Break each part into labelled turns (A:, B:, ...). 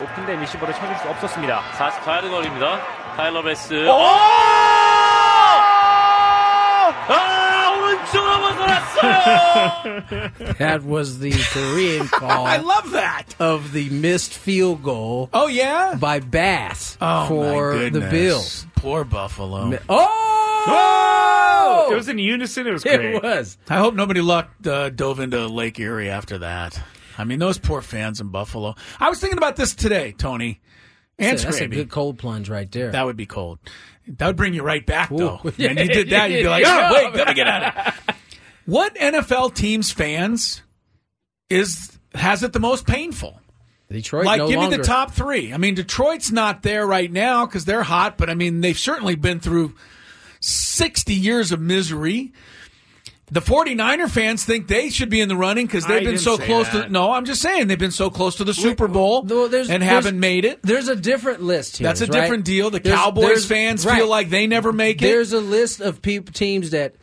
A: 오픈된 리시버를 찾을 수 없었습니다.
B: 44야드 거리입니다. 타일러 베스.
A: 오!
C: Oh!
B: 아, 오른쪽으로 벗어났어요!
C: That was the Korean call
D: I love that.
C: of the missed field goal
D: Oh yeah.
C: by Bass for
D: my
C: the
D: goodness.
E: Oh,
C: Bills.
E: Poor Buffalo.
C: Oh!
F: It was in unison. It was great.
C: It was.
E: I hope nobody lucked, uh, dove into Lake Erie after that. I mean, those poor fans in Buffalo. I was thinking about this today, Tony. And
C: That's a- that's a
E: Scraby.
C: good cold plunge right there.
E: That would be cold. That would bring you right back, though.
C: Ooh.
E: And you did that, you'd be like,
C: Yeah.
E: oh, wait, let me get out of it. What NFL team's fans is has it the most painful?
C: Detroit
E: like,
C: no
E: give
C: longer.
E: me the top three. I mean, Detroit's not there right now because they're hot, but I mean, they've certainly been through 60 years of misery. The 49er fans think they should be in the running because they've
F: I
E: been
F: didn't
E: so
F: say
E: close to.
F: that.
E: No, I'm just saying they've been so close to the Super Bowl
C: Well, there's-
E: and
C: there's-
E: haven't made it.
C: There's a different list here.
E: That's a
C: right?
E: different deal. The
C: There's-
E: Cowboys
C: there's-
E: fans
C: right.
E: feel like they never make it.
C: there's a list of peop teams that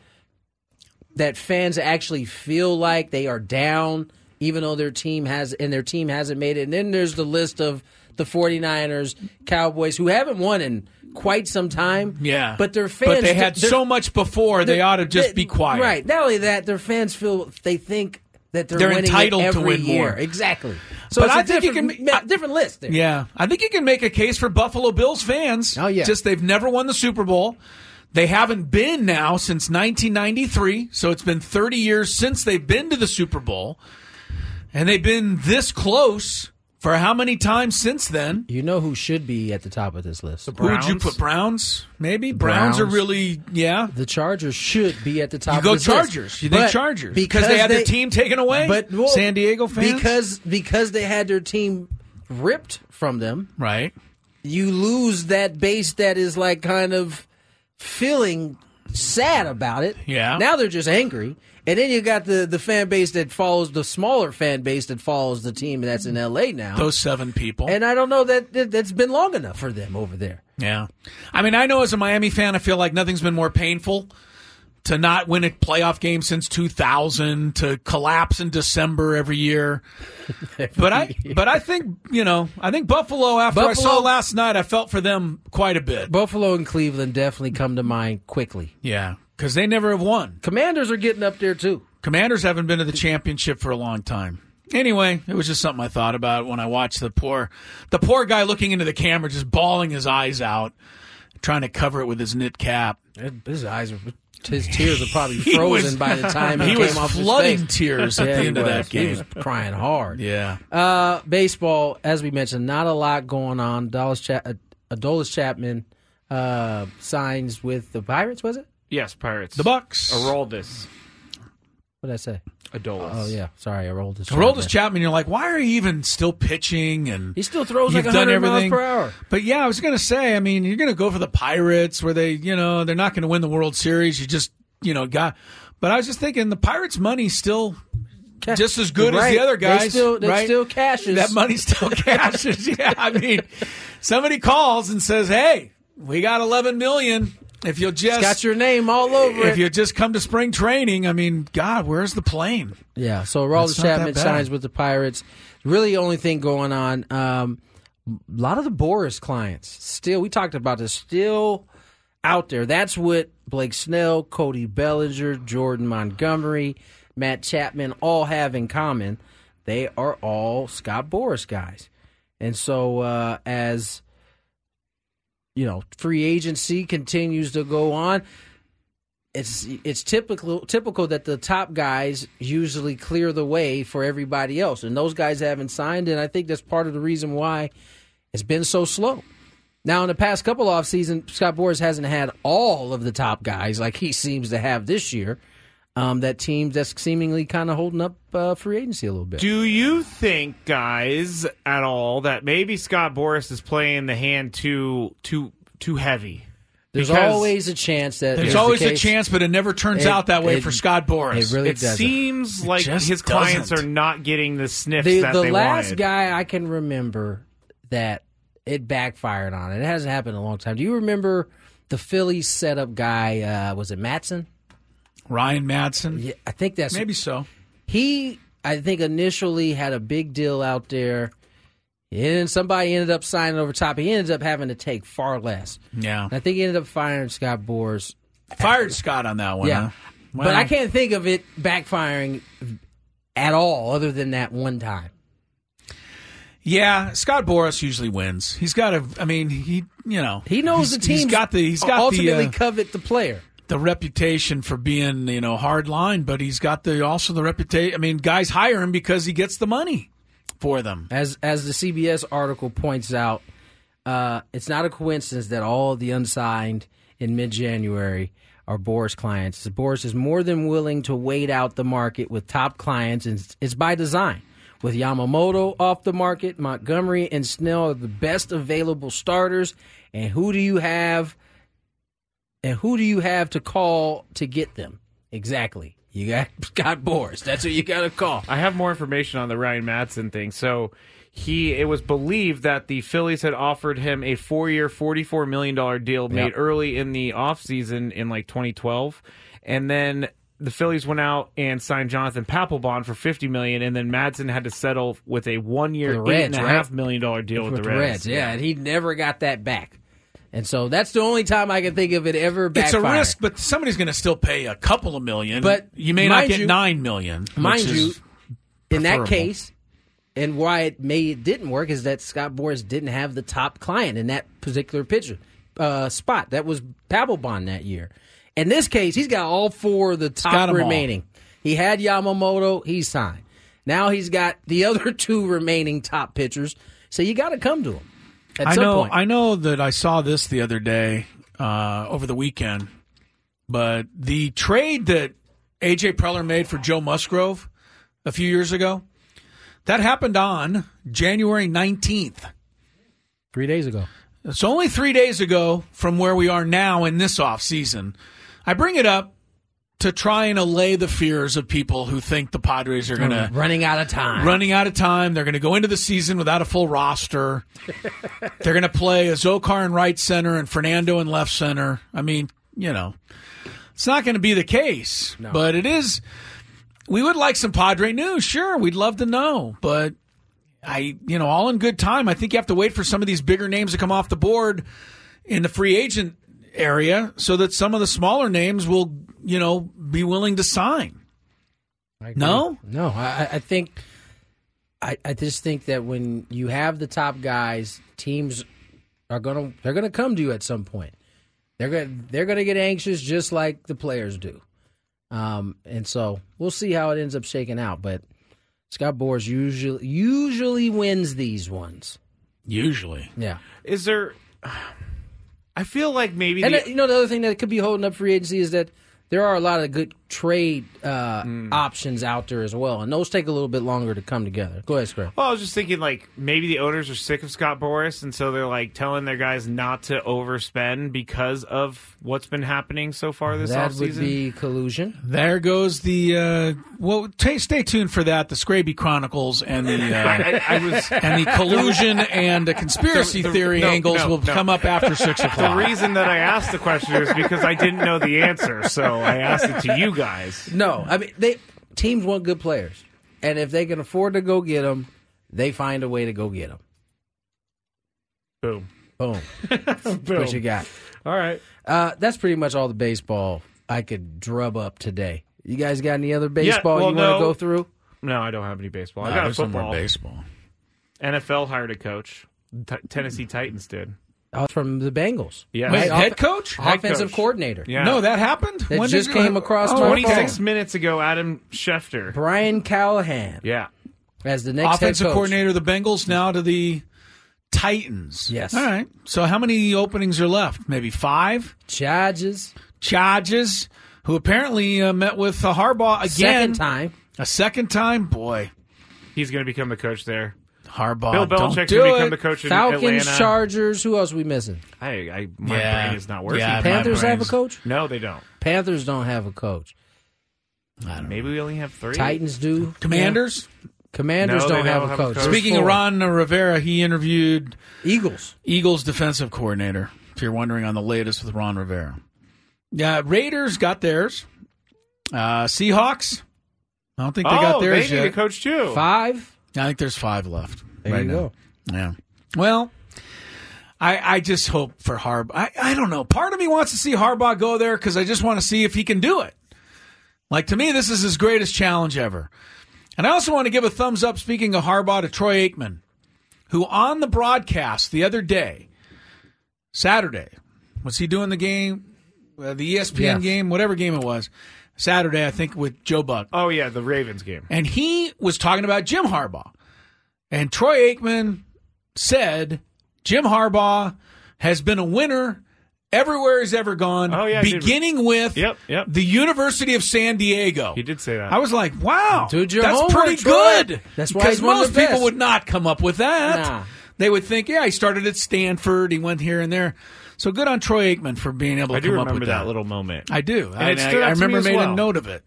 C: that fans actually feel like they are down even though their team has and their team hasn't made it and then there's the list of the 49ers cowboys who haven't won in quite some time
E: yeah,
C: but their fans
E: But they had
C: their-
E: so much before. They
C: their-
E: ought to just
C: they-
E: be quiet.
C: right not only that their fans feel they think that they're,
E: They're
C: winning it
E: entitled to
C: every
E: win
C: year.
E: more.
C: exactly so
E: But
C: it's a
E: I think you
C: different-
E: can- I-
C: different list there.
E: Yeah, I think you can make a case for Buffalo Bills fans.
C: Oh, yeah.
E: just they've never won the Super Bowl. They haven't been now since 1993, so it's been 30 years since they've been to the Super Bowl, and they've been this close for how many times since then?
C: you know who should be at the top of this list
E: Who would you
F: Browns?
E: put Browns? Maybe Browns,
C: Browns.
E: are really yeah.
C: The Chargers should be at the top.
E: You go
C: of this list.
E: Chargers. You think
C: But
E: Chargers? Because they had their team taken away?
C: But well,
E: San Diego fans?
C: because because they had their team ripped from them.
E: Right.
C: You lose that base that is like kind of feeling sad about it.
E: Yeah.
C: Now they're just angry, and then you got the the fan base that follows the smaller fan base that follows the team that's in L.A. now.
E: Those seven people.
C: and I don't know that, that that's been long enough for them over there.
E: Yeah. I mean, I know as a Miami fan, I feel like nothing's been more painful to not win a playoff game since 2000, to collapse in December every year. but I but I think, you know, I think Buffalo after I saw
C: Buffalo-
E: last night, I felt for them quite a bit.
C: Buffalo and Cleveland definitely come to mind quickly.
E: yeah, cuz they never have won.
C: Commanders are getting up there too.
E: Commanders haven't been to the championship for a long time. Anyway, it was just something I thought about when I watched the poor the poor guy looking into the camera just bawling his eyes out, trying to cover it with his knit cap.
C: His eyes are, his tears are probably
E: He
C: frozen
E: was-
C: by the time he,
E: he
C: came
E: was
C: off his
E: flooding
C: face.
E: tears at
C: Yeah,
E: the
C: he
E: end of
C: was.
E: that
C: He was
E: game.
C: crying hard.
E: Yeah,
C: Uh, baseball, as we mentioned, not a lot going on. Dallas Cha- uh, Adolis Chapman uh, signs with the Pirates. Was it?
F: Yes, Pirates.
E: the Bucks.
F: Aroldis.
C: What did I say?
F: Adolis.
C: Oh yeah, sorry, I rolled this.
E: Aroldis Chapman, you're like, why are you even still pitching? And
C: He still throws
E: You've
C: like
E: done
C: 100 miles
E: everything.
C: per hour.
E: but yeah, I was gonna say, I mean, you're gonna go for the Pirates, where they, you know, they're not gonna win the World Series. You just, you know, got. But I was just thinking, the Pirates' money's still just as good as
C: Right.
E: the other
C: They
E: guys.
C: still- that
E: right?
C: still cashes.
E: That money still cashes. yeah, I mean, somebody calls and says, "Hey, we got 11 million. If you'll just
C: Got your name all over
E: if
C: it.
E: you just come to spring training, I mean, God, where's the plane?
C: Yeah, so
E: That's
C: Aroldis
E: not that
C: Chapman
E: bad.
C: signs with the Pirates. Really, the only thing going on. Um, a lot of the Boris clients still. We talked about this. Still out there. That's what Blake Snell, Cody Bellinger, Jordan Montgomery, Matt Chapman all have in common. They are all Scott Boris guys, And so uh, as you know, free agency continues to go on. It's it's typical typical that the top guys usually clear the way for everybody else, and those guys haven't signed. And I think that's part of the reason why it's been so slow. Now, in the past couple off season, Scott Boras hasn't had all of the top guys like he seems to have this year. Um, that team that's seemingly kind of holding up uh, free agency a little bit.
F: Do you think, guys, at all that maybe Scott Boris is playing the hand too too too heavy?
C: There's
F: Because
C: always a chance that
E: There's
C: is the
E: always a
C: case.
E: chance, but it never turns
C: It-
E: out that way
C: it-
E: for Scott Boris.
C: it really
F: it
C: doesn't.
F: seems like
E: just
F: his clients
E: doesn't.
F: are not getting the sniffs
C: the,
F: that
C: the
F: they
C: last
F: wanted.
C: guy I can remember that it backfired on. It hasn't happened in a long time. Do you remember the Phillies setup guy? Uh, was it Matson?
E: Ryan Madsen,
C: Yeah, I think that's
E: maybe so.
C: he. I think initially had a big deal out there, and somebody ended up signing over top. He ended up having to take far less.
E: Yeah,
C: I think he ended up firing Scott Boras.
E: fired Scott on that one.
C: Yeah,
E: huh?
C: but
E: Well,
C: I can't think of it backfiring at all, other than that one time.
E: Yeah, Scott Boris usually wins. He's got a. I mean, he you know
C: He knows
E: he's-
C: the team.
E: He's got the he's got
C: ultimately
E: the uh,
C: covet the player.
E: the reputation for being you know hard line, but he's got the also the reputation. I mean, guys hire him because he gets the money for them.
C: As as the CBS article points out, uh, it's not a coincidence that all of the unsigned in mid January are Boris clients. Boris is more than willing to wait out the market with top clients, and it's- it's by design. With Yamamoto off the market, Montgomery and Snell are the best available starters. And who do you have? And who do you have to call to get them? Exactly. You got got Boris. That's what you got to call.
F: I have more information on the Ryan Matson thing. So he it was believed that the Phillies had offered him a four year forty four million dollar deal made early in the offseason in like twenty twelve. And then the Phillies went out and signed Jonathan Papelbon for fifty million and then Madsen had to settle with a one year
C: For the
F: eight and
C: Reds,
F: a
C: right?
F: half million dollar deal with,
C: with
F: the
C: Reds.
F: Reds.
C: Yeah, and he never got that back. And so that's the only time I can think of it ever
E: It's a
C: backfiring.
E: risk, but somebody's going to still pay a couple of million.
C: But
E: you may not
C: mind
E: get
C: you-
E: nine million.
C: Mind
E: which
C: you,
E: is-
C: in that
E: preferable.
C: case, and why it may it didn't work is that Scott Boris didn't have the top client in that particular pitcher uh, spot. That was Papelbon that year. In this case, he's got all four of the
E: got
C: top
E: 'em all.
C: remaining. He had Yamamoto, he signed. Now he's got the other two remaining top pitchers. So you got to come to him at
E: I
C: some
E: know.
C: point.
E: I know that I saw this the other day uh, over the weekend, but the trade that AJ Preller made for Joe Musgrove a few years ago that happened on January nineteenth.
C: Three days ago.
E: It's only three days ago from where we are now in this off season. I bring it up to try and allay the fears of people who think the Padres are going to
C: Running out of time.
E: running out of time. They're going to go into the season without a full roster. They're going to play Azokar in right center and Fernando in left center. I mean, you know, it's not going to be the case, but it is. We would like some Padre news, sure. We'd love to know, but I, you know, all in good time. I think you have to wait for some of these bigger names to come off the board in the free agent area so that some of the smaller names will, you know, be willing to sign. No?
C: No, I, I- I think I, I just think that when you have the top guys, teams are gonna they're gonna come to you at some point. They're gonna they're gonna get anxious just like the players do. Um, and so we'll see how it ends up shaking out. But Scott Boras usually usually wins these ones.
E: Usually.
C: Yeah,
F: Is there I feel like maybe
C: and
F: the,
C: uh, you know the other thing that could be holding up free agency is that there are a lot of good trade uh,
F: Hmm.
C: options out there as well, and those take a little bit longer to come together. Go ahead, Scrap.
F: Well, I was just thinking like maybe the owners are sick of Scott Boris, and so they're like telling their guys not to overspend because of what's been happening so far this
C: That
F: offseason.
C: would be collusion.
E: There goes the uh, well. T- stay tuned for that. The Scraby Chronicles and the uh,
F: I, I was
E: and the collusion and the conspiracy
F: The- the-
E: theory
F: no,
E: angles
F: no,
E: will
F: no.
E: come up after six
F: the
E: o'clock.
F: reason that I asked the question is because I didn't know the answer, so I asked it to you guys.
C: No, I mean they teams want good players, and if they can afford to go get them, they find a way to go get them.
F: Boom.
C: Boom.
F: Boom.
C: What you got?
F: All right.
C: Uh, that's pretty much all the baseball I could drub up today. You guys got any other baseball
F: well,
C: you want to
F: no.
C: go through?
F: No, I don't have any baseball. I got a
E: There's some more
F: football.
E: baseball.
F: NFL hired a coach. T- Tennessee Titans did.
C: Oh, from the Bengals.
F: Yeah.
E: Wait,
F: Head
E: head coach?
F: Head
C: offensive
F: coach.
C: coordinator.
F: Yeah.
E: No, that happened.
C: That just came across
E: Oh,
C: my phone.
F: 26 minutes ago, Adam Schefter.
C: Brian Callahan
F: Yeah.
C: as the next
E: Offensive
C: head coach.
E: coordinator of the Bengals now to the Titans.
C: Yes.
E: All right. So how many openings are left? Maybe five.
C: Judges.
E: Charges, who apparently uh, met with uh, Harbaugh again,
C: Second time.
E: a second time. Boy,
F: He's going to become the coach there.
E: Harbaugh.
F: Bill
E: don't
F: Belichick's
E: do
F: going to become
E: it.
F: the coach in
C: Falcons,
F: Atlanta.
C: Chargers. Who else we missing?
F: I, I, my
E: Yeah.
F: brain is not working.
E: Yeah, My
C: Panthers have a
E: brain's-
C: coach.
F: No, they don't.
C: Panthers don't have a coach.
F: Maybe we only have three.
C: Titans do.
E: Commanders.
C: Yeah. Commanders
F: No, they
C: don't, have, a coach. There's
E: Speaking of
C: four.
E: Ron Rivera, he interviewed
C: Eagles.
E: Eagles defensive coordinator. If you're wondering on the latest with Ron Rivera, yeah, Raiders got theirs. Uh, Seahawks. I don't think they
F: oh,
E: got
F: they
E: theirs
F: need a
E: yet.
F: coach too.
C: Five.
E: I think there's five left.
C: There
E: right
C: you
E: now.
C: go.
E: Yeah. Well, I I just hope for Harbaugh. I, I don't know. Part of me wants to see Harbaugh go there because I just want to see if he can do it. Like to me, this is his greatest challenge ever. And I also want to give a thumbs up. Speaking of Harbaugh, to Troy Aikman, who on the broadcast the other day, Saturday, was he doing the game, uh, the ESPN
C: Yeah.
E: game, whatever game it was, Saturday I think with Joe Buck.
F: Oh, yeah, the Ravens game.
E: And he was talking about Jim Harbaugh. And Troy Aikman said Jim Harbaugh has been a winner everywhere he's ever gone,
F: Oh, yeah, he did.
E: beginning with
F: Yep, yep.
E: the University of San Diego.
F: He did say that.
E: I was like, wow,
C: Dude, your
E: that's
C: homework,
E: pretty
C: Troy.
E: good.
C: That's why
E: Because
C: he's one of
E: most
C: the
E: people
C: best.
E: would not come up with that.
C: Nah.
E: They would think, yeah, he started at Stanford. He went here and there. So good on Troy Aikman for being able to
F: I do
E: come up with
F: remember that. little moment.
E: I do. I,
F: it
E: I-
F: stood out
E: I
F: to me
E: remember
F: as
E: made a
F: well.
E: note of it.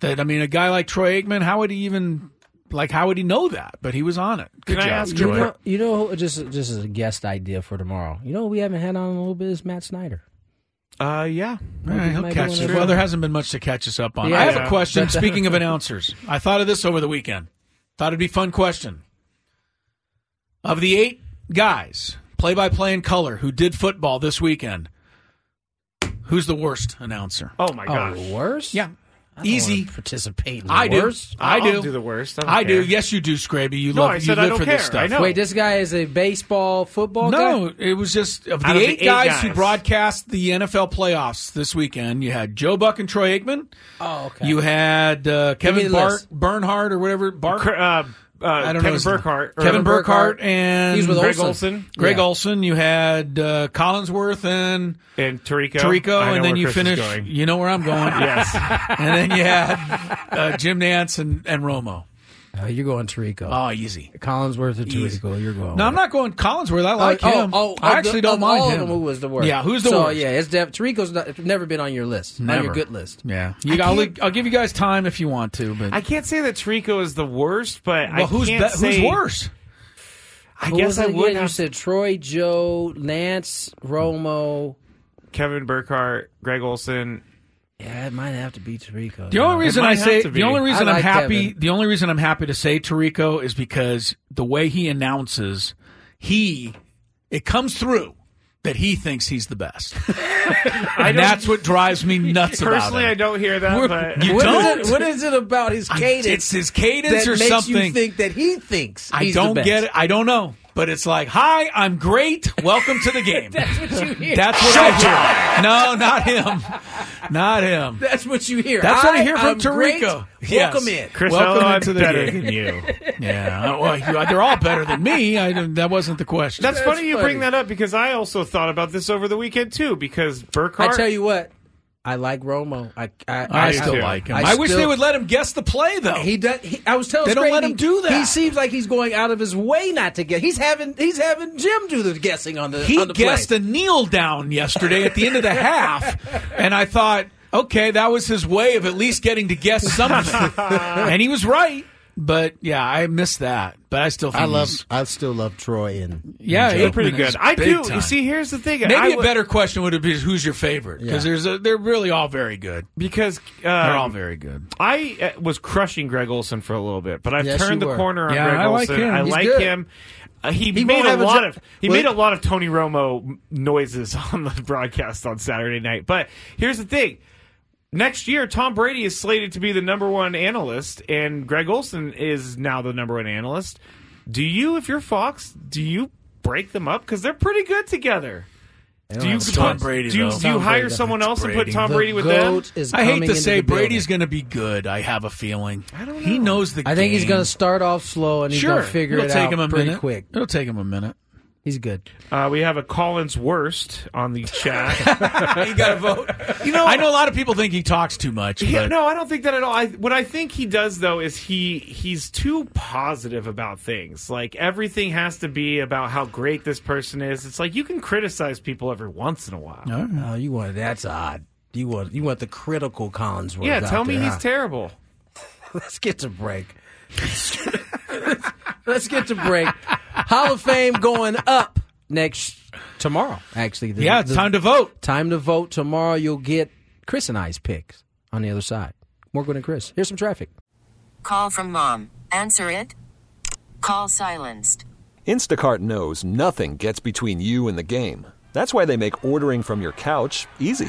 E: That I mean, a guy like Troy Aikman, how would he even like? How would he know that? But he was on it. Good
F: Can I
E: job,
F: ask you
C: You
E: Troy.
C: know, you know, just just as a guest idea for tomorrow. You know, who we haven't had on in a little bit is Matt Snyder.
F: Uh, yeah.
E: All right, he'll
C: Might
E: catch
C: be one
E: us.
C: of
E: Well,
C: them.
E: there hasn't been much to catch us up on.
C: Yeah.
E: I have a
F: Yeah.
E: question. Speaking of announcers, I thought of this over the weekend. Thought it'd be a fun question. Of the eight guys, play-by-play in color, who did football this weekend, who's the worst announcer?
F: Oh, my gosh.
C: Oh, worse.
E: Yeah,
C: I don't
E: easy.
C: wanna Participate. In the
E: I do.
C: worst.
E: I
F: I'll
E: do.
F: do the worst. I don't
E: I do.
F: care.
E: Yes, you do, Scraby. You
F: No,
E: love.
F: I said
E: you
F: I
E: live
F: don't
E: for this
F: care.
E: stuff.
F: I know.
C: Wait, this guy is a baseball football
E: No,
C: guy.
E: it was just of the
F: Out of the
E: eight
F: eight
E: guys, who
F: guys.
E: broadcast the NFL playoffs this weekend. You had Joe Buck and Troy Aikman.
C: Oh, okay.
E: You had uh, Kevin
C: the
E: Bar-
C: list.
E: Bernhardt or whatever. Bar-
F: Cr- Uh, uh,
E: I don't know.
F: Kevin
E: his name.
F: Burkhardt. or-
E: Kevin Burkhardt
C: Burkhardt.
E: and
C: He's with
E: Greg
C: Olson.
F: Olson.
E: Greg
C: Yeah.
E: Olson. You had uh, Collinsworth and
F: and Tarico.
E: Tarico,
F: I know
E: and then
F: where
E: you
F: Chris
E: finish.
F: Is going.
E: You know where I'm going.
F: Yes.
E: And then you had uh, Jim Nance and, and Romo.
C: Oh, you're going Tarico.
E: Oh, easy.
C: Collinsworth or
E: Easy.
C: Tarico. You're going.
E: No, I'm not going Collinsworth. I like
C: oh,
E: him.
C: Oh, oh,
E: I
C: of
E: actually
C: the,
E: don't
C: of
E: mind
C: all
E: him.
C: Of them, who was the worst?
E: Yeah, who's the
C: so,
E: worst?
C: Yeah, it's def- Tarico's not, never been on your list. On
E: Never.
C: your good list.
E: Yeah, you, I'll, I'll give you guys time if you want to, but
F: I can't say that Tarico is the worst, but I
E: well, who's
F: can't
E: be-
F: say-
E: who's worse?
F: I
C: Who
F: guess
C: was
F: I
C: it
F: would
C: again? You
F: have
C: said Troy, Joe, Nance, Romo.
F: Kevin Burkhardt, Greg Olson.
C: Yeah, it might have to be Tarico.
E: The only reason
F: might
E: I
F: have
E: say
F: to be.
E: the only reason
C: I
E: I'm
C: like
E: happy
C: Kevin.
E: the only reason I'm happy to say Tarico is because the way he announces, he it comes through that he thinks he's the best, and that's what drives me nuts. about
F: Personally,
E: it.
F: I don't hear that,
E: We're-
F: but
E: you
C: What is
E: don't.
C: it, what is it about his
E: I-
C: cadence?
E: it's his cadence
C: that
E: or
C: makes
E: something.
C: you think that he thinks.
E: I
C: he's the
E: don't
C: best?
E: get it. I don't know. But it's like, hi, I'm great. Welcome to the game. That's what you hear. That's what I hear. No, not him. Not him.
C: That's what you hear.
E: That's what I
C: Hi,
E: hear from
C: I'm great.
E: Tarico. Yes.
C: Welcome in.
F: Chris
E: Welcome
F: Ellen, I'm
E: into the
F: better
E: game.
F: than you.
E: Yeah. Well, you- they're all better than me. I, didn't- that wasn't the question.
F: That's, funny, you
C: funny.
F: bring that up because I also thought about this over the weekend too. Because Burkhardt,
C: I tell you what, I like Romo. I I,
E: I,
F: I do
E: still
F: too.
E: like him. I,
C: I
E: wish
C: still-
E: they would let him guess the play, though.
C: He does. He, I was telling
E: They don't
C: Scraby,
E: let him do that.
C: He seems like he's going out of his way not to get. He's having he's having Jim do the guessing on the.
E: he
C: on the
E: guessed
C: play.
E: a kneel down yesterday at the end of the half, and I thought, okay, that was his way of at least getting to guess something, and he was right. But yeah, I missed that. But I still, think
D: I love.
E: he's-
D: I still love Troy and
E: Yeah,
F: you're pretty
E: Aikman
F: good.
E: is
F: I
E: big
F: do.
E: time.
F: You see, here's the thing. I
E: Maybe a
F: would-
E: better question would have been who's your favorite because
D: Yeah.
E: there's a, they're really all very good.
F: because uh,
E: They're all very good.
F: I uh, was crushing Greg Olson for a little bit, but I've
C: Yes, you
F: turned the
C: were.
F: corner on
E: Yeah,
F: Greg
E: I like
F: Olson.
E: him.
F: I
E: He's
F: like
C: good.
F: him. Uh, he, made
D: won't
F: a
D: have a
F: lot
D: jo-
F: of he
D: Well-
F: made a lot of Tony Romo noises on the broadcast on Saturday night. But here's the thing: next year, Tom Brady is slated to be the number one analyst, and Greg Olson is now the number one analyst. Do you, if you're Fox, do you break them up because they're pretty good together? Do you,
E: It's Tom
F: put-
E: Brady,
F: do you,
E: though.
F: do you
E: Tom
F: hire
E: Brady.
F: someone
E: It's
F: else and
E: Brady.
F: put Tom
E: The
F: Brady with them?
C: GOAT is
E: I hate
C: coming
E: to
C: into
E: say
C: the
E: Brady's going to be good. I have a feeling. I don't know. He knows the.
C: I think he's
E: game.
C: going to start off slow and he's
E: Sure,
C: going to figure
E: It'll
C: it
E: take
C: out
E: him a
C: pretty
E: minute.
C: quick.
E: It'll take him a minute.
C: He's good.
F: Uh, we have a Collins worst on the chat.
E: you got to vote. You know, I know a lot of people think he talks too much.
F: Yeah,
E: but
F: no, I don't think that at all. I, what I think he does though is he he's too positive about things. Like everything has to be about how great this person is. It's like you can criticize people every once in a while.
C: Oh, you want that's odd. You want you want the critical Collinsworth.
F: yeah,
C: out
F: tell me
C: there,
F: he's
C: huh?
F: terrible.
C: Let's get to break. Let's get to break. Hall of Fame going up next tomorrow. Actually, the,
E: yeah, it's
C: the-
E: time to vote.
C: time to vote tomorrow. You'll get Chris and I's picks on the other side. Morgan and Chris. Here's some traffic.
G: Call from mom. Answer it. Call silenced.
H: Instacart knows nothing gets between you and the game. That's why they make ordering from your couch easy.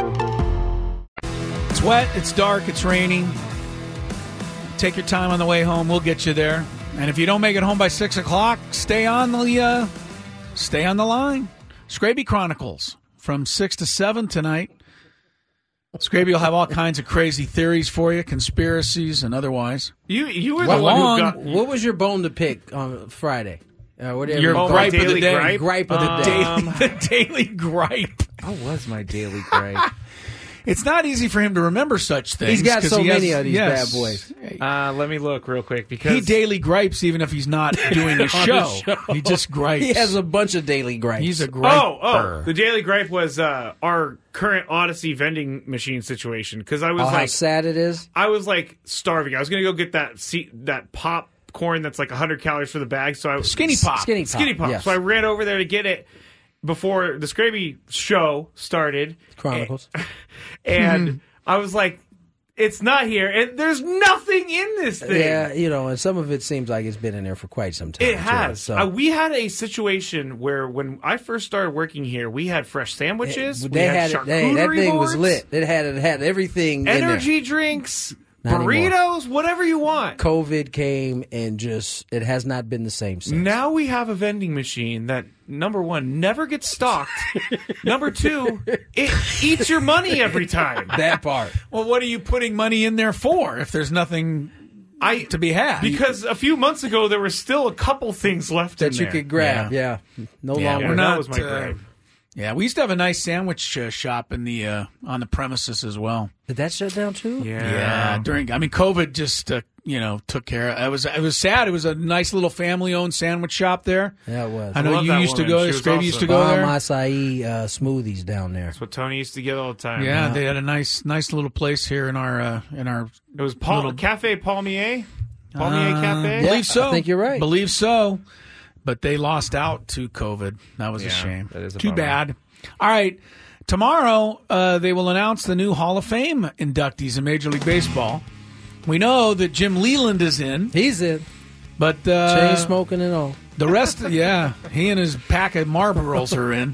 E: It's wet. It's dark. It's raining. Take your time on the way home. We'll get you there. And if you don't make it home by six o'clock, stay on the uh, stay on the line. Scraby Chronicles from six to seven tonight. Scraby will have all kinds of crazy theories for you, conspiracies and otherwise.
F: You you were
E: Well,
F: the one
E: long-
F: who got
C: What was your bone to pick on Friday? Uh, whatever
E: Your
C: you call
F: oh,
C: it.
F: my
E: gripe of the
F: daily
E: day.
F: gripe.
C: Gripe of the day.
F: Um,
E: the daily gripe.
F: what was my daily gripe?
E: It's not easy for him to remember such things.
C: He's got
E: 'cause
C: so
E: he
C: many of these
E: yes.
C: bad boys.
F: uh, let me look real quick because
E: He daily gripes even if he's not doing a show.
C: show.
E: He just gripes.
C: He has a bunch of daily gripes.
E: He's a gripe.
F: Oh, oh! The daily gripe was uh, our current Odyssey vending machine situation because I was
C: Oh, how
F: like,
C: sad it is.
F: I was like starving. I was gonna go get that seat, that popcorn that's like 100 calories for the bag. So I
E: Skinny pop.
C: Skinny pop.
F: skinny pop.
C: yes.
F: So I ran over there to get it before the Scraby show started,
C: Chronicles.
F: and I was like, "It's not here, and there's nothing in this thing."
C: Yeah, you know, and some of it seems like it's been in there for quite some time.
F: It
C: too,
F: has.
C: so
F: Uh, we had a situation where when I first started working here, we had fresh sandwiches. we
C: they had, it. Hey, that
F: charcuterie
C: thing was
F: boards.
C: lit. It had it had everything. in there.
F: energy drinks,
C: Not anymore.
F: burritos, whatever you want.
C: COVID came and just it has not been the same since.
F: now we have a vending machine that number one never gets stocked. number two, it eats your money every time.
C: That part.
E: Well, what are you putting money in there for if there's nothing
F: I
E: to be had?
F: because a few months ago there were still a couple things left
C: that
F: in
C: you
F: there.
C: could grab. Yeah. No
E: Yeah,
F: Yeah,
C: longer.
E: we're
F: that
E: not,
F: was my
E: uh,
F: gripe.
E: yeah, we used to have a nice sandwich uh, shop in the uh, on the premises as well.
C: Did that shut down too?
F: Yeah.
E: Yeah, during I mean COVID just uh, you know took care. of It was it was sad. It was a nice little family owned sandwich shop there.
C: Yeah, it was. Oh,
E: I know
F: love
E: you
F: that
E: used to go
F: woman. She
E: there.
F: was
E: Scraby
F: awesome.
E: used to go
C: Bomb
E: there.
C: acai uh, smoothies down there.
F: That's what Tony used to get all the time.
E: yeah, they had a nice nice little place here in our uh, in our.
F: It was Paul
E: Little- Uh,
F: Cafe Palmier. Palmier Cafe.
C: yeah.
E: believe so.
C: I think you're right.
E: Believe so. But they lost out to COVID. That was a shame.
F: that is a
E: Too
F: bummer.
E: bad. All right. Tomorrow, uh, they will announce the new Hall of Fame inductees in Major League Baseball. We know that Jim Leland is in,
C: He's in.
E: but
C: Chain
E: uh,
C: smoking and all.
E: the rest, yeah, he and his pack of Marlboros are in,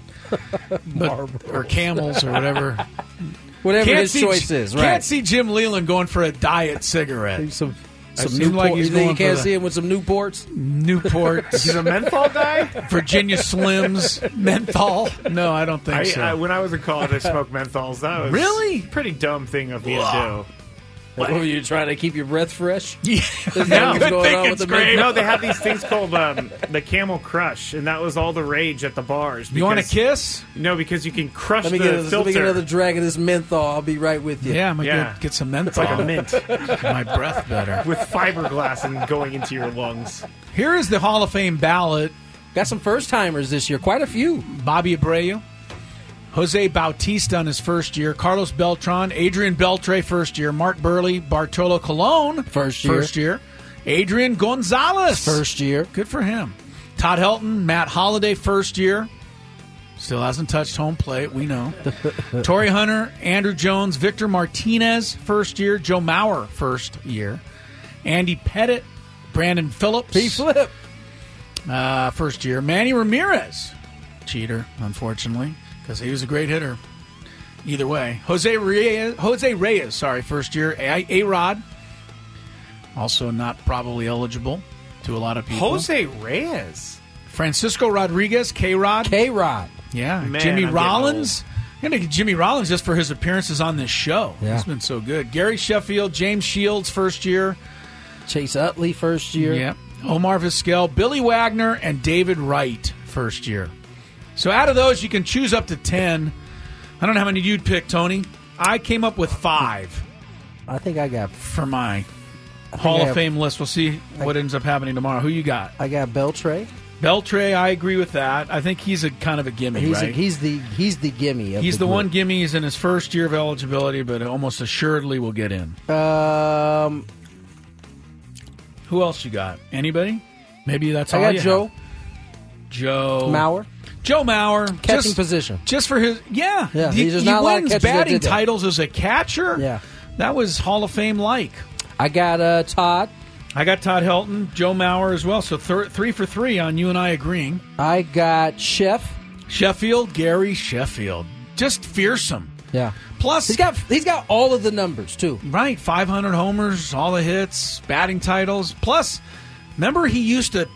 E: but, or camels or whatever.
C: Whatever
E: Can't
C: his
E: see-
C: choice is, right.
E: Can't see Jim Leland going for a diet cigarette.
C: some
E: It
C: some
E: seemed
C: Newport.
E: like he's
C: you think you
E: going for
C: can't
E: the-
C: see him with some Newports?
E: Newport.
F: He's a menthol guy?
E: Virginia Slims. Menthol? No, I don't think
F: I,
E: so.
F: I, when I was in college, I smoked menthols. That was
E: Really?
F: a pretty dumb thing of me
E: Wow.
F: to
C: What were you trying to keep your breath fresh? Yeah.
F: do. No, no, they had these things called um, the Camel Crush, and that was all the rage at the bars.
E: You want a
F: because-
E: kiss?
F: No, because you can crush
C: Let me,
F: the
C: get, another-
F: filter.
C: let me get another drag of this menthol. I'll be right with you.
E: Yeah, I'm gonna
F: Yeah.
E: Get, get some
F: It's
E: menthol.
F: like a mint
E: My breath better.
F: with fiberglass and going into your lungs.
E: Here is the Hall of Fame ballot:
C: Got some first timers this year. Quite a few.
E: Bobby Abreu, Jose Bautista on his first year, Carlos Beltran, Adrian Beltre first year, Mark Burley, Bartolo Colon
C: First year.
E: first year, Adrian Gonzalez
C: First year.
E: Good for him. Todd Helton, Matt Holliday, first year. Still hasn't touched home plate, we know. Torrey Hunter, Andrew Jones, Victor Martinez, first year. Joe Mauer, first year. Andy Pettit, Brandon Phillips,
C: P flip.
E: uh, first year. Manny Ramirez, cheater, unfortunately, because he was a great hitter. Either way, Jose Reyes, Jose Reyes, sorry, first year. A Rod, also not probably eligible to a lot of people.
F: Jose Reyes.
E: Francisco Rodriguez, K Rod.
C: K Rod.
E: Yeah.
F: Man, I'm
E: Jimmy
F: getting
E: Rollins. I'm going to get Jimmy Rollins just for his appearances on this show.
C: Yeah.
E: He's been so good. Gary Sheffield, James Shields, first year.
C: Chase Utley first year.
E: Yeah. Omar Vizquel, Billy Wagner, and David Wright, first year. So out of those, you can choose up to 10. I don't know how many you'd pick, Tony. I came up with five
C: I think I got
E: for my Hall
C: I
E: of
C: have-
E: Fame list. We'll see what ends up happening tomorrow. Who you got?
C: I got Beltray.
E: Beltray, I agree with that. I think he's a kind of a gimme,
C: He's
E: right?
C: a, he's the he's the gimme. Of
E: He's the
C: group.
E: one gimme. He's in his first year of eligibility, but almost assuredly will get in.
C: Um,
E: Who else you got? Anybody? Maybe that's
C: I
E: all
C: got
E: you
C: Joe
E: have. Joe
C: Mauer
E: Joe Mauer
C: catching
E: just,
C: position.
E: just for his yeah.
C: Yeah,
E: he,
C: there's just
E: he
C: not a lot of
E: wins
C: catchers that
E: batting
C: did that.
E: titles as a catcher.
C: Yeah.
E: that was Hall of Fame like.
C: I got uh Todd.
E: I got Todd Helton, Joe Mauer as well. So thir- three for three on you and I agreeing.
C: I got Chef.
E: Sheffield, Gary Sheffield, just fearsome.
C: Yeah.
E: Plus,
C: He's got he's got all of the numbers too.
E: Right, 500 homers, all the hits, batting titles. Plus, remember he used to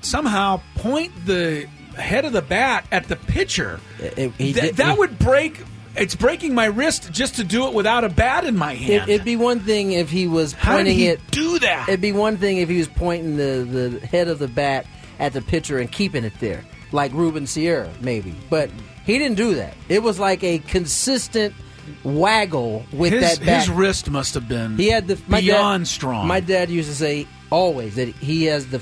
E: somehow point the head of the bat at the pitcher.
C: It- he
E: Th-
C: did-
E: that
C: he-
E: would break. It's breaking my wrist just to do it without a bat in my hand.
C: It, it'd be one thing if he was
E: How did
C: pointing
E: he
C: it.
E: do that?
C: It'd be one thing if he was pointing the the head of the bat at the pitcher and keeping it there, like Ruben Sierra maybe. But he didn't do that. It was like a consistent waggle with
E: his,
C: that bat.
E: his wrist must have been
C: He had the my dad-
E: beyond strong.
C: My dad used to say always that he has the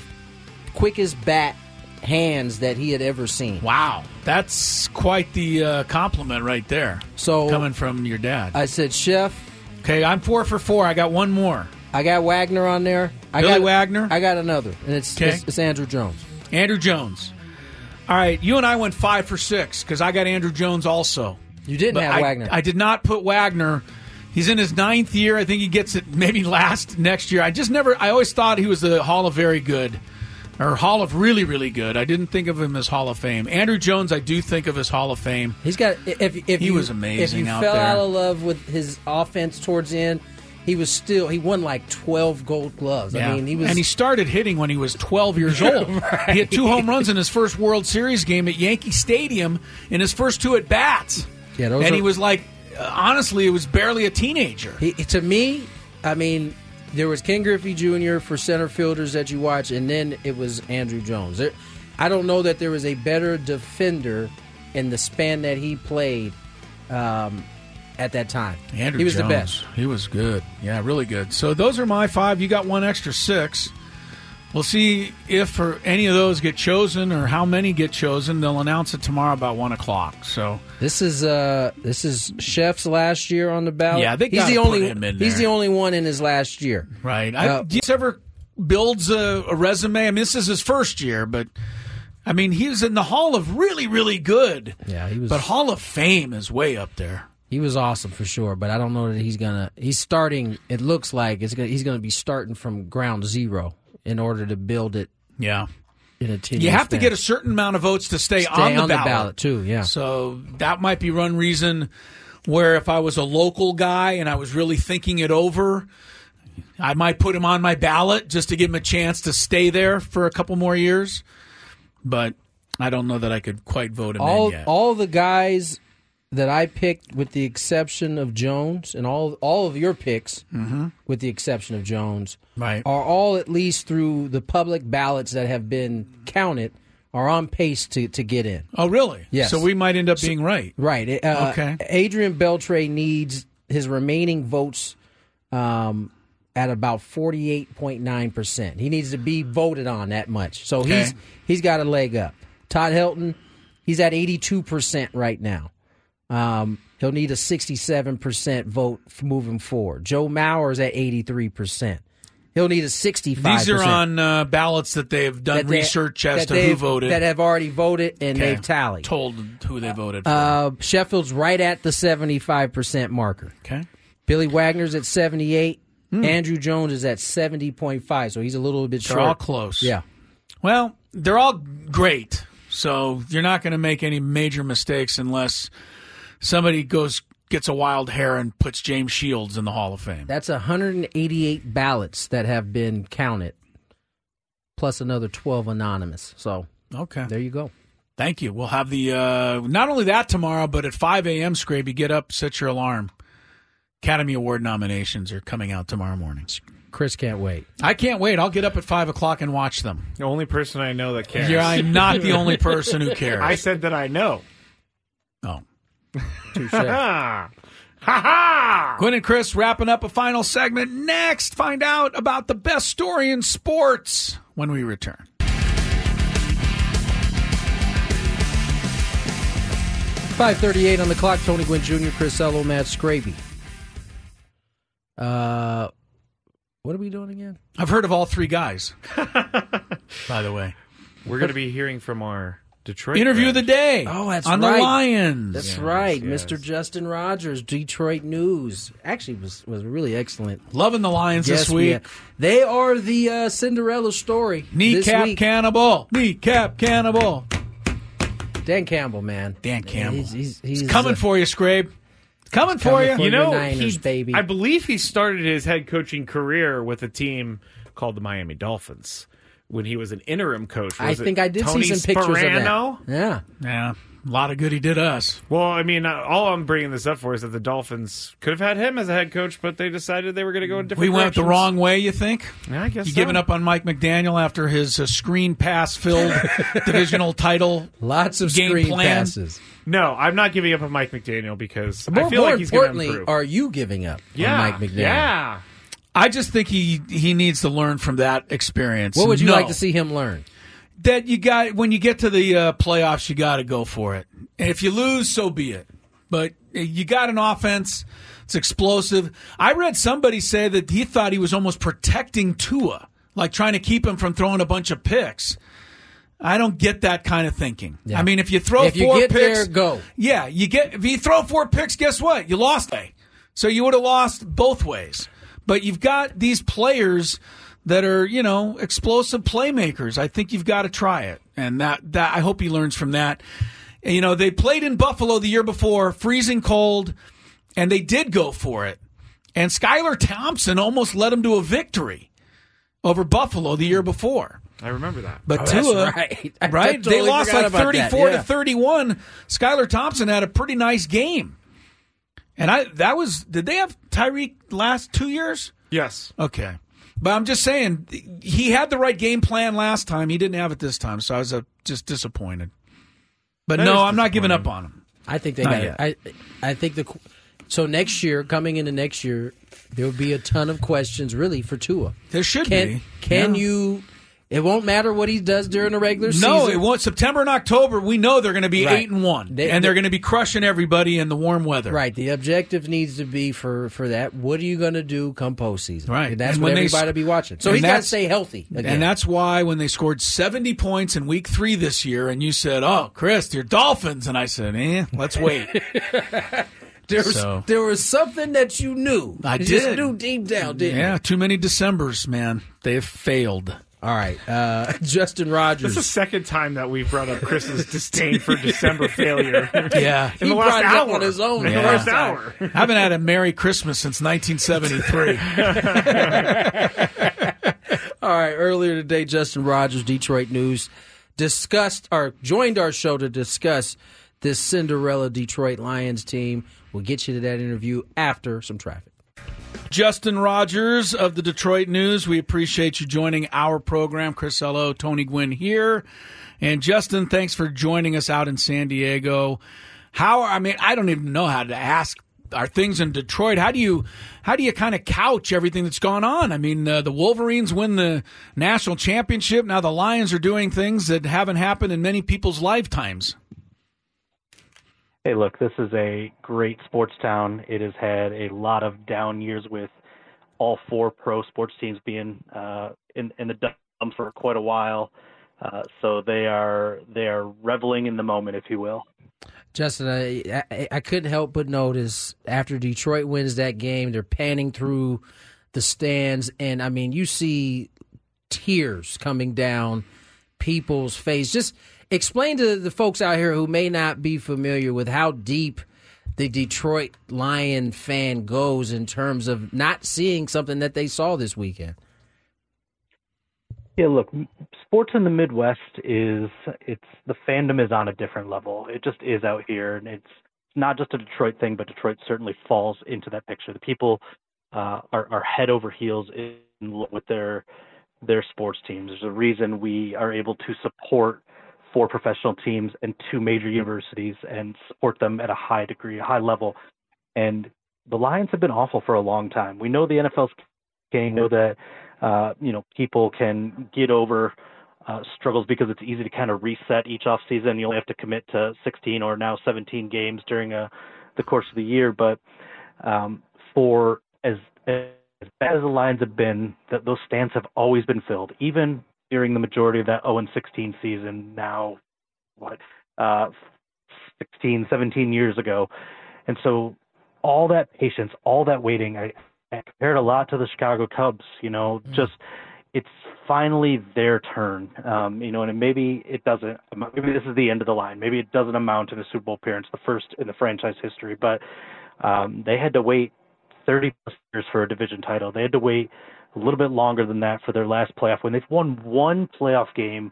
C: quickest bat hands that he had ever seen.
E: wow, that's quite the uh, compliment right there.
C: So-
E: coming from your dad.
C: I said, Chef,
E: okay, I'm four for four. I got one more.
C: I got Wagner on there. I
E: Billy
C: got
E: Wagner?
C: I got another, and it's
E: Okay.
C: it's, it's Andrew Jones.
E: Andrew Jones. All right, you and I went five for six because I got Andrew Jones also.
C: You didn't
E: But
C: have
E: I,
C: Wagner.
E: I did not put Wagner. He's in his ninth year. I think he gets it maybe last next year. I just never. I always thought he was the Hall of Very Good or Hall of Really Really Good. I didn't think of him as Hall of Fame. Andrew Jones, I do think of as Hall of Fame.
C: He's got if if
E: He
C: you,
E: was amazing
C: If you
E: out
C: fell
E: there.
C: out of love with his offense towards the end, he was still he won like twelve Gold Gloves. I mean, he was
E: and he started hitting when he was 12 years old. He had two home runs in his first World Series game at Yankee Stadium in his first two at bats.
C: Yeah,
E: and
C: those are-
E: he was like, uh, honestly, it was barely a teenager.
C: He, to me, I mean, there was Ken Griffey Jr. for center fielders that you watch, and then it was Andrew Jones. There, I don't know that there was a better defender in the span that he played um, at that time.
E: Andrew
C: he was
E: Jones,
C: the best.
E: He was good. Yeah, really good. So those are my five. You got one extra six. We'll see if or any of those get chosen or how many get chosen. They'll announce it tomorrow about one o'clock. So
C: This is uh, this is Chef's last year on the ballot.
E: Yeah, they
C: he's
E: gotta
C: the
E: put
C: only
E: him in
C: he's
E: there.
C: the only one in his last year.
E: Right. I,
C: Uh,
E: do you ever builds a, a resume? I mean, this is his first year, but I mean, he was in the Hall of really, really good.
C: Yeah, he was-
E: But Hall of Fame is way up there.
C: He was awesome for sure, but I don't know that he's gonna. He's starting. It looks like it's gonna, he's gonna be starting from ground zero in order to build it
E: Yeah.
C: in a ten.
E: You have to get a certain amount of votes to stay,
C: Stay on the ballot, too, yeah.
E: So that might be one reason where if I was a local guy and I was really thinking it over, I might put him on my ballot just to give him a chance to stay there for a couple more years. But I don't know that I could quite vote him
C: all
E: in yet.
C: all the guys that I picked, with the exception of Jones, and all all of your picks,
E: Mhm.
C: with the exception of Jones,
E: Right.
C: are all at least through the public ballots that have been counted are on pace to, to get in.
E: Oh, really?
C: Yes.
E: So we might end up being right.
C: Right. It, Uh,
E: Okay.
C: Adrian Beltre needs his remaining votes um, at about forty eight point nine percent. He needs to be voted on that much. So
E: Okay.
C: he's he's got a leg up. Todd Helton, he's at eighty two percent right now. Um, he'll need a sixty seven percent vote f- moving forward. Joe Mauer's at eighty three percent. He'll need a sixty five.
E: These are on uh, ballots that they have done
C: That they-
E: research as
C: that
E: to who
C: they've-
E: voted.
C: that have already voted and
E: Okay.
C: they've tallied.
E: Told who they voted for.
C: Uh, Sheffield's right at the 75% marker.
E: Okay.
C: Billy Wagner's at 78. Andrew Jones is at 70.5, so he's a little bit
E: Hmm. They're
C: short.
E: all close.
C: Yeah.
E: well, they're all great. So you're not going to make any major mistakes unless somebody goes gets a wild hair and puts James Shields in the Hall of Fame.
C: That's 188 ballots that have been counted, plus another 12 anonymous. So
E: Okay.
C: there you go.
E: Thank you. We'll have the uh, not only that tomorrow, but at 5 a.m. Scraby, get up, set your alarm. Academy Award nominations are coming out tomorrow morning.
C: Chris can't wait.
E: I can't wait. I'll get up at five o'clock and watch them.
F: The only person I know that cares.
E: Yeah, I'm not the only person who cares.
F: I said that I know.
E: Oh.
C: Touche.
F: Ha ha!
E: Gwen and Chris wrapping up a final segment. Next, find out about the best story in sports when we return.
C: Five thirty-eight on the clock. Tony Gwynn Jr., Chris Ello, Matt Scraby. Uh, what are we doing again?
E: I've heard of all three guys, by the way.
F: We're going to be hearing from our Detroit
E: Interview of the day.
C: Oh, that's
E: on
C: right.
E: the Lions.
C: That's
F: Yes,
C: right,
F: yes.
C: Mr. Justin Rogers, Detroit News. Actually, was was really excellent.
E: Loving the Lions
C: Yes,
E: this
C: we-
E: week.
C: they are the uh, Cinderella story. this
E: Kneecap
C: week.
E: cannibal. Kneecap cannibal.
C: Dan Campbell, man.
E: Dan Campbell.
C: He's, he's, he's,
E: Coming
C: uh,
E: for you, Scrape. Coming for
C: coming
E: you.
C: for
F: You
C: your
F: know,
C: Niners,
F: he,
C: baby.
F: I believe he started his head coaching career with a team called the Miami Dolphins when he was an interim coach.
C: I
F: Was it
C: think I did
F: Tony
C: see some pictures
F: Sperano?
C: of that. Yeah,
E: Yeah, a lot of good he did us.
F: Well, I mean, uh, all I'm bringing this up for is that the Dolphins could have had him as a head coach, but they decided they were going to go in different.
E: We went the
F: directions.
E: wrong way, you think?
F: Yeah, I guess
E: You
F: so.
E: giving up on Mike McDaniel after his uh, screen pass filled divisional title?
C: lots of
E: Game
C: screen
E: plan.
C: passes.
F: No, I'm not giving up on Mike McDaniel because I
C: More,
F: feel
C: more
F: like he's going to
C: importantly,
F: improve.
C: are you giving up
F: yeah,
C: on Mike McDaniel?
F: yeah.
E: I just think he he needs to learn from that experience.
C: What would you
E: No.
C: like to see him learn?
E: That you got when you get to the uh, playoffs, you got to go for it. And if you lose, so be it. But uh, you got an offense; it's explosive. I read somebody say that he thought he was almost protecting Tua, like trying to keep him from throwing a bunch of picks. I don't get that kind of thinking. I mean, if you throw
C: If you
E: four
C: get
E: picks,
C: there, go.
E: Yeah, you get if you throw four picks, guess what? You lost eh? a. So you would have lost both ways. But you've got these players that are, you know, explosive playmakers. I think you've got to try it. And that that I hope he learns from that. And, you know, they played in Buffalo the year before, freezing cold, and they did go for it. And Skylar Thompson almost led them to a victory over Buffalo the year before.
F: I remember that.
E: But
C: Oh, that's
E: Tua,
C: right. I
E: right?
C: totally
E: they lost like
C: forgot about that,
E: 34
C: yeah.
E: to 31. Skylar Thompson had a pretty nice game. And I that was did they have Tyreek last 2 years?
F: yes,
E: Okay. But I'm just saying he had the right game plan last time. He didn't have it this time, so I was uh, just disappointed. But
F: That is
E: no, I'm not giving up on
F: disappointing.
E: him.
C: I think they
E: Not
C: got it. I, I think the. qu- So next year, coming into next year, there will be a ton of questions really for Tua.
E: There should
C: Can
E: be.
C: can
E: Yeah.
C: you? It won't matter what he does during the regular season.
E: No, it won't. September and October, we know they're going to be
C: Right.
E: eight and one,
C: They-
E: and they're
C: they-
E: going to be crushing everybody in the warm weather.
C: Right. The objective needs to be for for that. What are you going to do come postseason?
E: Right.
C: And that's
E: And
C: what
E: when they
C: everybody
E: s-
C: will be watching. So
E: and
C: he's got to
E: that's-
C: stay healthy. Again.
E: And that's why when they scored 70 points in week three this year, and you said, Oh, Chris, they're Dolphins. And I said, Eh, let's wait.
C: there was,
E: so-
C: there was something that you knew.
E: I
C: You just
E: did.
C: knew deep down, didn't you?
E: yeah, too many Decembers, man. They've failed.
C: All right, uh, Justin Rogers.
F: This is the second time that we've brought up Chris's disdain for December failure.
E: Yeah.
F: in
E: He
F: the last
E: brought it up
F: hour.
E: on his own
F: In the
E: the
F: last
E: last time.
F: hour.
E: I haven't had a Merry Christmas since 1973.
C: All right. Earlier today, Justin Rogers, Detroit News, discussed or joined our show to discuss this Cinderella Detroit Lions team. We'll get you to that interview after some traffic.
E: Justin Rogers of the Detroit News, we appreciate you joining our program. Chris Ello, Tony Gwynn here. And Justin, thanks for joining us out in San Diego. How I mean, I don't even know how to ask are things in Detroit. How do you how do you kind of couch everything that's gone on? I mean, uh, the Wolverines win the national championship. Now the Lions are doing things that haven't happened in many people's lifetimes.
I: Hey, look, this is a great sports town. It has had a lot of down years with all four pro sports teams being uh, in in the dumps for quite a while. Uh, so they are they are reveling in the moment, if you will.
C: Justin, I, I, I couldn't help but notice after Detroit wins that game, they're panning through the stands, and I mean, you see tears coming down people's face. Just explain to the folks out here who may not be familiar with how deep the Detroit Lion fan goes in terms of not seeing something that they saw this weekend.
I: Yeah, look, m- sports in the Midwest is it's the fandom is on a different level. It just is out here, and it's not just a Detroit thing, but Detroit certainly falls into that picture. The people uh, are are head over heels in love with their their sports teams. There's a reason we are able to support four professional teams and two major universities and support them at a high degree, a high level. And the Lions have been awful for a long time. We know the NFL's game, know that uh, you know people can get over uh, struggles because it's easy to kind of reset each off season. You only have to commit to 16 or now 17 games during a, the course of the year. But um, for as as bad as the Lions have been, that those stands have always been filled, even during the majority of that 0 and 16 season. Now, what uh, 16, 17 years ago, and so all that patience, all that waiting. I, I compared a lot to the Chicago Cubs. You know, just it's finally their turn. Um, you know, and maybe it doesn't. Maybe this is the end of the line. Maybe it doesn't amount to a Super Bowl appearance, the first in the franchise history. But um, they had to wait 30 plus years for a division title. They had to wait a little bit longer than that for their last playoff win. They've won one playoff game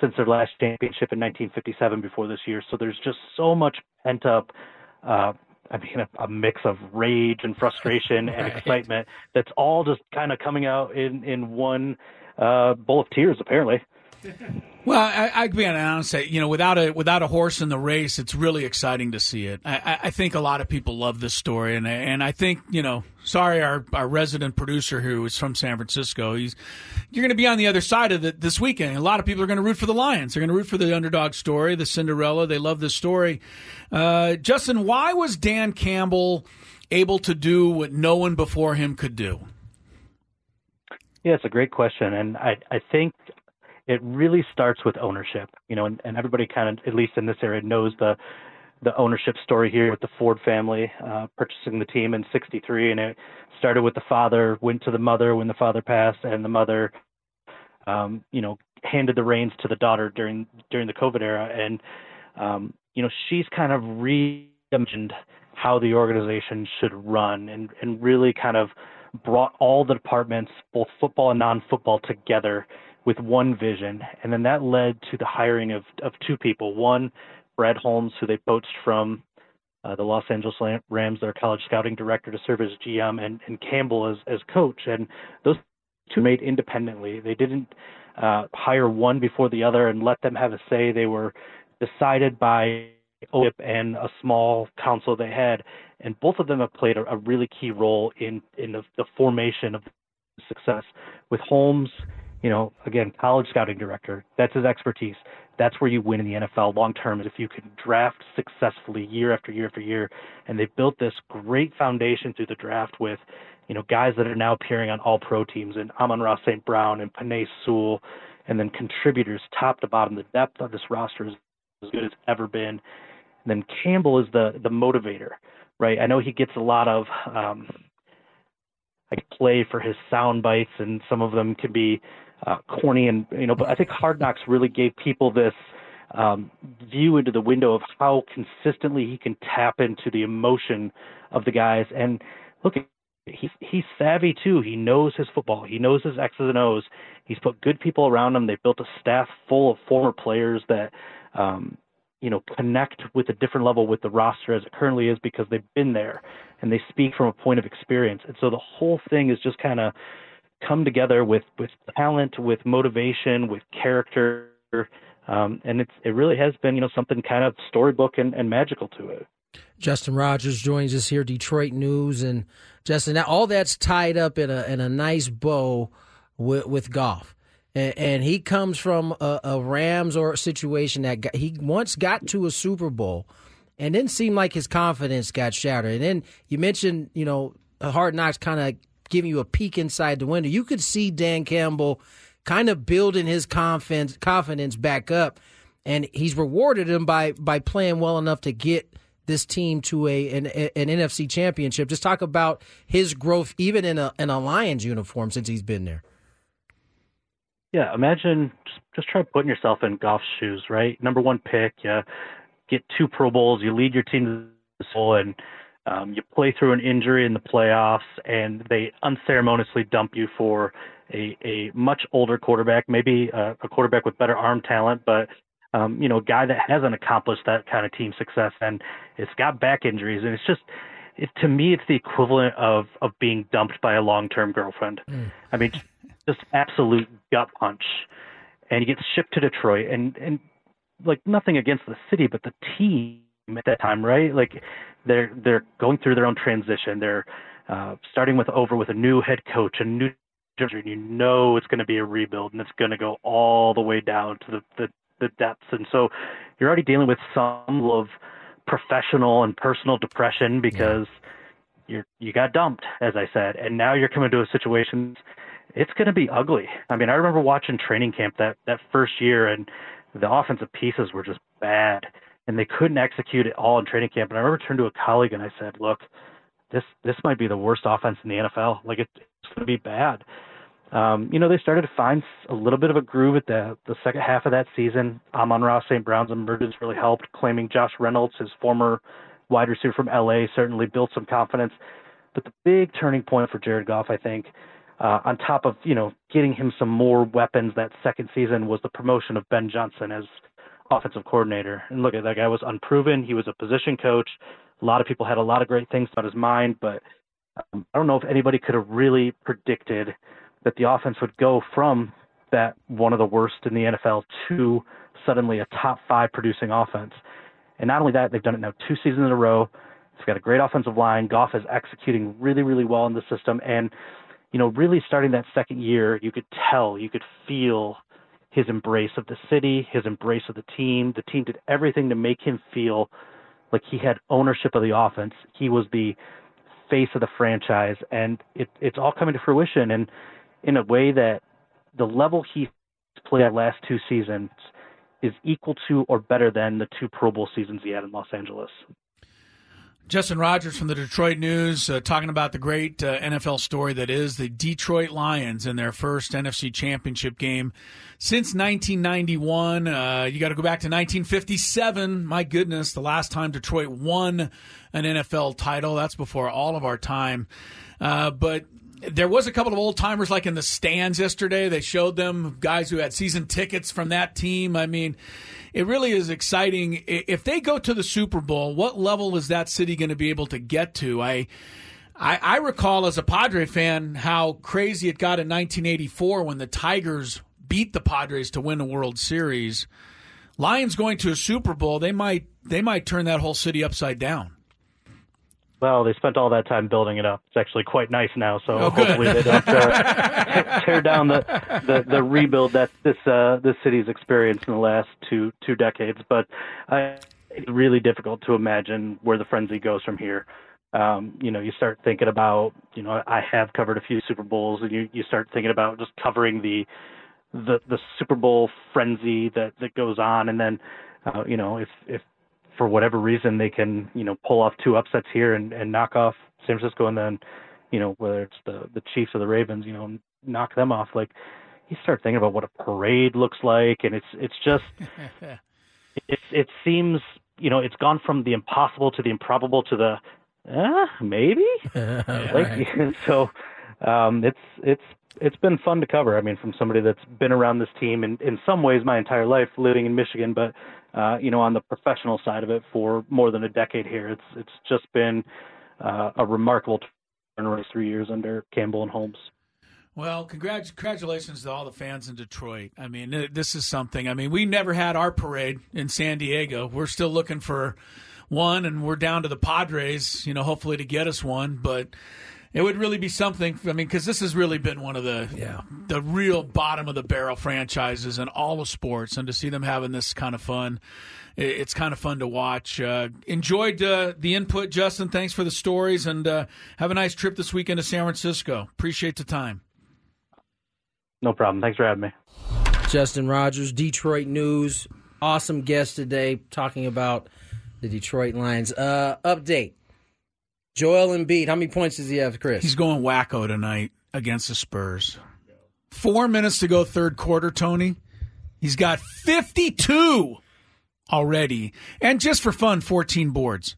I: since their last championship in 1957 before this year. So there's just so much pent up. Uh, I mean, a, a mix of rage and frustration and
J: Right.
I: excitement that's all just kind of coming out in in one uh, bowl of tears, apparently.
E: Well, I, I can be honest. You know, without a without a horse in the race, it's really exciting to see it. I- I, I think a lot of people love this story, and I- and I think you know. Sorry, our our resident producer who is from San Francisco. He's you're going to be on the other side of it this weekend. A lot of people are going to root for the Lions. They're going to root for the underdog story, the Cinderella. They love this story. Uh, Justin, why was Dan Campbell able to do what no one before him could do?
I: Yeah, it's a great question, and I I think it really starts with ownership. You know, and, and everybody kind of, at least in this area, knows the the ownership story here with the Ford family uh, purchasing the team in '63, and it started with the father, went to the mother when the father passed, and the mother, um, you know, handed the reins to the daughter during during the COVID era, and um, you know, she's kind of reimagined how the organization should run, and and really kind of brought all the departments, both football and non-football, together with one vision, and then that led to the hiring of of two people. One, Brad Holmes, who they poached from uh, the Los Angeles Lam- Rams, their college scouting director, to serve as GM, and and Campbell as as coach, and those two made independently. They didn't uh, hire one before the other and let them have a say. They were decided by OIP and a small council they had, and both of them have played a, a really key role in in the, the formation of success. With Holmes, you know, again, college scouting director, that's his expertise. That's where you win in the NFL long term is if you can draft successfully year after year after year. And they built this great foundation through the draft with, you know, guys that are now appearing on all pro teams and Amon Ross St. Brown and Panay Sewell and then contributors top to bottom. The depth of this roster is as good as ever been. And then Campbell is the the motivator, right? I know he gets a lot of um, like play for his sound bites, and some of them can be uh, corny and you know. But I think Hard Knocks really gave people this um, view into the window of how consistently he can tap into the emotion of the guys. And look, he's he's savvy too. He knows his football. He knows his X's and O's. He's put good people around him. They built a staff full of former players that um, you know connect with a different level with the roster as it currently is because they've been there and they speak from a point of experience. And so the whole thing is just kind of come together with with talent, with motivation, with character. Um, and it's it really has been you know something kind of storybook and, and magical to it.
C: Justin Rogers joins us here, Detroit News, and Justin. Now all that's tied up in a in a nice bow with, with golf, and, and he comes from a, a Rams or situation that got, he once got to a Super Bowl, and then seemed like his confidence got shattered. And then you mentioned, you know, Hard Knocks kind of giving you a peek inside the window. You could see Dan Campbell kind of building his confidence confidence back up, and he's rewarded him by by playing well enough to get this team to a an, an NFC championship. Just talk about his growth, even in a, in a Lions uniform, since he's been there.
I: Yeah, imagine just, just try putting yourself in Goff's shoes, right? Number one pick, you get two Pro Bowls, you lead your team to the Bowl, and um, you play through an injury in the playoffs, and they unceremoniously dump you for a, a much older quarterback, maybe a, a quarterback with better arm talent, but um, you know, a guy that hasn't accomplished that kind of team success and it's got back injuries and it's just it, to me it's the equivalent of of being dumped by a long term girlfriend. Mm. I mean just absolute gut punch. And he gets shipped to Detroit and and like nothing against the city but the team at that time, right? Like they're they're going through their own transition. They're uh, starting with over with a new head coach, a new and you know it's going to be a rebuild and it's going to go all the way down to the, the the depths. And so you're already dealing with some of professional and personal depression because yeah. you're you got dumped, as I said, and now you're coming to a situation it's gonna be ugly. I mean, I remember watching training camp that, that first year and the offensive pieces were just bad and they couldn't execute it all in training camp. And I remember turning to a colleague and I said, Look, this this might be the worst offense in the NFL. Like it, it's gonna be bad. Um, you know, they started to find a little bit of a groove at the the second half of that season. Amon Ross St. Brown's emergence really helped, claiming Josh Reynolds, his former wide receiver from LA, certainly built some confidence. But the big turning point for Jared Goff, I think, uh, on top of you know getting him some more weapons that second season, was the promotion of Ben Johnson as offensive coordinator. And look, that guy was unproven. He was a position coach. A lot of people had a lot of great things about his mind, but um, I don't know if anybody could have really predicted that the offense would go from that one of the worst in the NFL to suddenly a top five producing offense. And not only that, they've done it now two seasons in a row. It's got a great offensive line. Goff is executing really, really well in the system. And, you know, really starting that second year, you could tell, you could feel his embrace of the city, his embrace of the team. The team did everything to make him feel like he had ownership of the offense. He was the face of the franchise. And it, it's all coming to fruition. And, in a way that the level he's played at last two seasons is equal to or better than the two Pro Bowl seasons he had in Los Angeles.
E: Justin Rogers from the Detroit News uh, talking about the great uh, NFL story that is the Detroit Lions in their first NFC championship game since 1991. Uh, you got to go back to 1957. My goodness, the last time Detroit won an NFL title. That's before all of our time. Uh, but there was a couple of old timers like in the stands yesterday. They showed them guys who had season tickets from that team. I mean, it really is exciting. If they go to the Super Bowl, what level is that city going to be able to get to? I, I, I recall as a Padre fan how crazy it got in 1984 when the Tigers beat the Padres to win the World Series. Lions going to a Super Bowl, they might they might turn that whole city upside down.
I: Well, they spent all that time building it up. It's actually quite nice now. So oh, hopefully they don't uh, tear down the, the, the rebuild that this uh, this city's experienced in the last two two decades. But I, it's really difficult to imagine where the frenzy goes from here. Um, you know, you start thinking about you know I have covered a few Super Bowls, and you you start thinking about just covering the the the Super Bowl frenzy that that goes on, and then uh, you know if if for whatever reason they can you know pull off two upsets here and, and knock off San Francisco and then you know, whether it's the the Chiefs or the Ravens, you know, knock them off. Like you start thinking about what a parade looks like, and it's it's just it it seems you know it's gone from the impossible to the improbable to the eh, maybe like so um, it's it's it's been fun to cover. I mean, from somebody that's been around this team in in some ways my entire life, living in Michigan, but uh, you know on the professional side of it for more than a decade here. It's it's just been uh, a remarkable turnaround three years under Campbell and Holmes.
E: Well, congrat- congratulations to all the fans in Detroit. I mean, th- this is something. I mean, we never had our parade in San Diego. We're still looking for one, and we're down to the Padres, you know, hopefully to get us one. But it would really be something. I mean, because this has really been one of the yeah. the real bottom of the barrel franchises in all of sports, and to see them having this kind of fun, it, it's kind of fun to watch. Uh, enjoyed uh, the input, Justin. Thanks for the stories, and uh, have a nice trip this weekend to San Francisco. Appreciate the time.
I: No problem. Thanks for having me.
C: Justin Rogers, Detroit News. Awesome guest today talking about the Detroit Lions. Uh, update Joel Embiid, how many points does he have, Chris?
E: He's going wacko tonight against the Spurs. Four minutes to go, third quarter, Tony. He's got 52 already. And just for fun, 14 boards.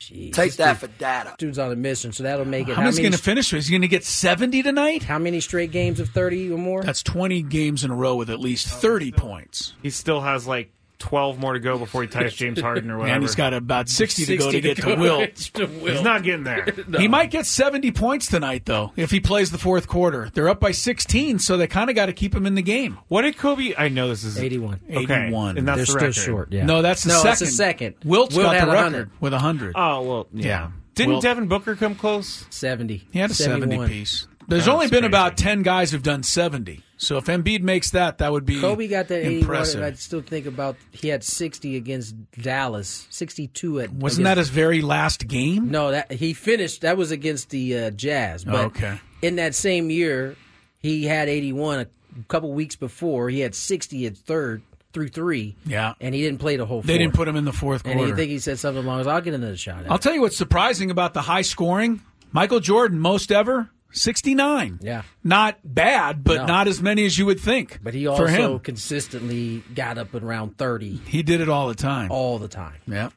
J: Jeez. Take that for data.
C: Dude's on a mission, so that'll make it.
E: How, how many's going to finish? Is he going to get 70 tonight?
C: How many straight games of 30 or more?
E: That's 20 games in a row with at least 30 oh, points.
F: He still has like 12 more to go before he ties James Harden or whatever.
E: And he's got about 60, 60 to go to, to get go to, Wilt. to Wilt.
F: He's not getting there.
E: no. He might get 70 points tonight, though, if he plays the fourth quarter. They're up by 16, so they kind of got to keep him in the game.
F: What did Kobe? I know this is
C: 81.
E: Okay. 81.
F: And that's
C: They're
F: the
C: still
F: record.
C: short. Yeah.
E: No, that's the
C: no,
E: second.
C: That's the second.
E: Wilt's Wilt got
C: the
E: 100. record with 100.
F: Oh, well, yeah. yeah. Didn't Wilt. Devin Booker come close?
C: 70.
E: He had a 71. 70 piece. There's oh, only been crazy. about 10 guys who've done 70. So if Embiid makes that, that would be
C: Kobe got that
E: impressive.
C: I still think about he had 60 against Dallas, 62 at.
E: Wasn't that his very last game?
C: No, that he finished. That was against the uh, Jazz. But
E: okay.
C: In that same year, he had 81 a couple weeks before. He had 60 at third through three.
E: Yeah,
C: and he didn't play the whole.
E: They
C: fourth.
E: didn't put him in the fourth quarter.
C: And I think he said something along as "I'll get another shot."
E: I'll tell you what's surprising about the high scoring. Michael Jordan, most ever, 69.
C: Yeah.
E: Not bad, but no. not as many as you would think.
C: But he also consistently got up and around 30.
E: He did it all the time.
C: All the time.
E: Yeah.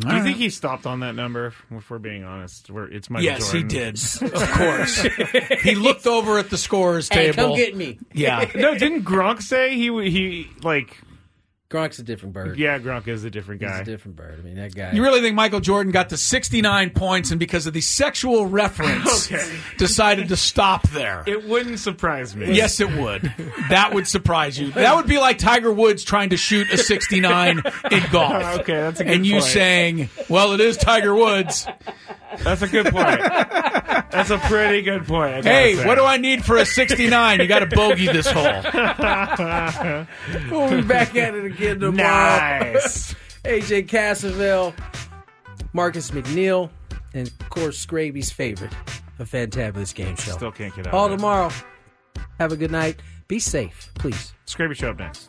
F: Do you right. think he stopped on that number? If we're being honest, we're, it's Michael
E: yes,
F: Jordan.
E: Yes, he did. Of course, he looked over at the scorers table.
C: Hey, come get me.
E: Yeah.
F: no, didn't Gronk say he he like
C: Gronk's a different bird.
F: Yeah, Gronk is a different guy.
C: A different bird. I mean, that guy.
E: You really think Michael Jordan got to 69 points and because of the sexual reference okay. decided to stop there?
F: It wouldn't surprise me.
E: Yes, it would. that would surprise you. That would be like Tiger Woods trying to shoot a 69 in golf.
F: Okay, that's a
E: good And
F: point.
E: you saying, well, it is Tiger Woods.
F: That's a good point. That's a pretty good point.
E: Hey, say. what do I need for a 69? You got to bogey this hole.
C: we'll be back at it again again tomorrow.
F: Nice.
C: AJ Cassaville, Marcus McNeil, and of course Scraby's favorite, a fantabulous game show.
F: Still can't get out.
C: All tomorrow. Have a good night. Be safe, please.
F: Scraby show up next.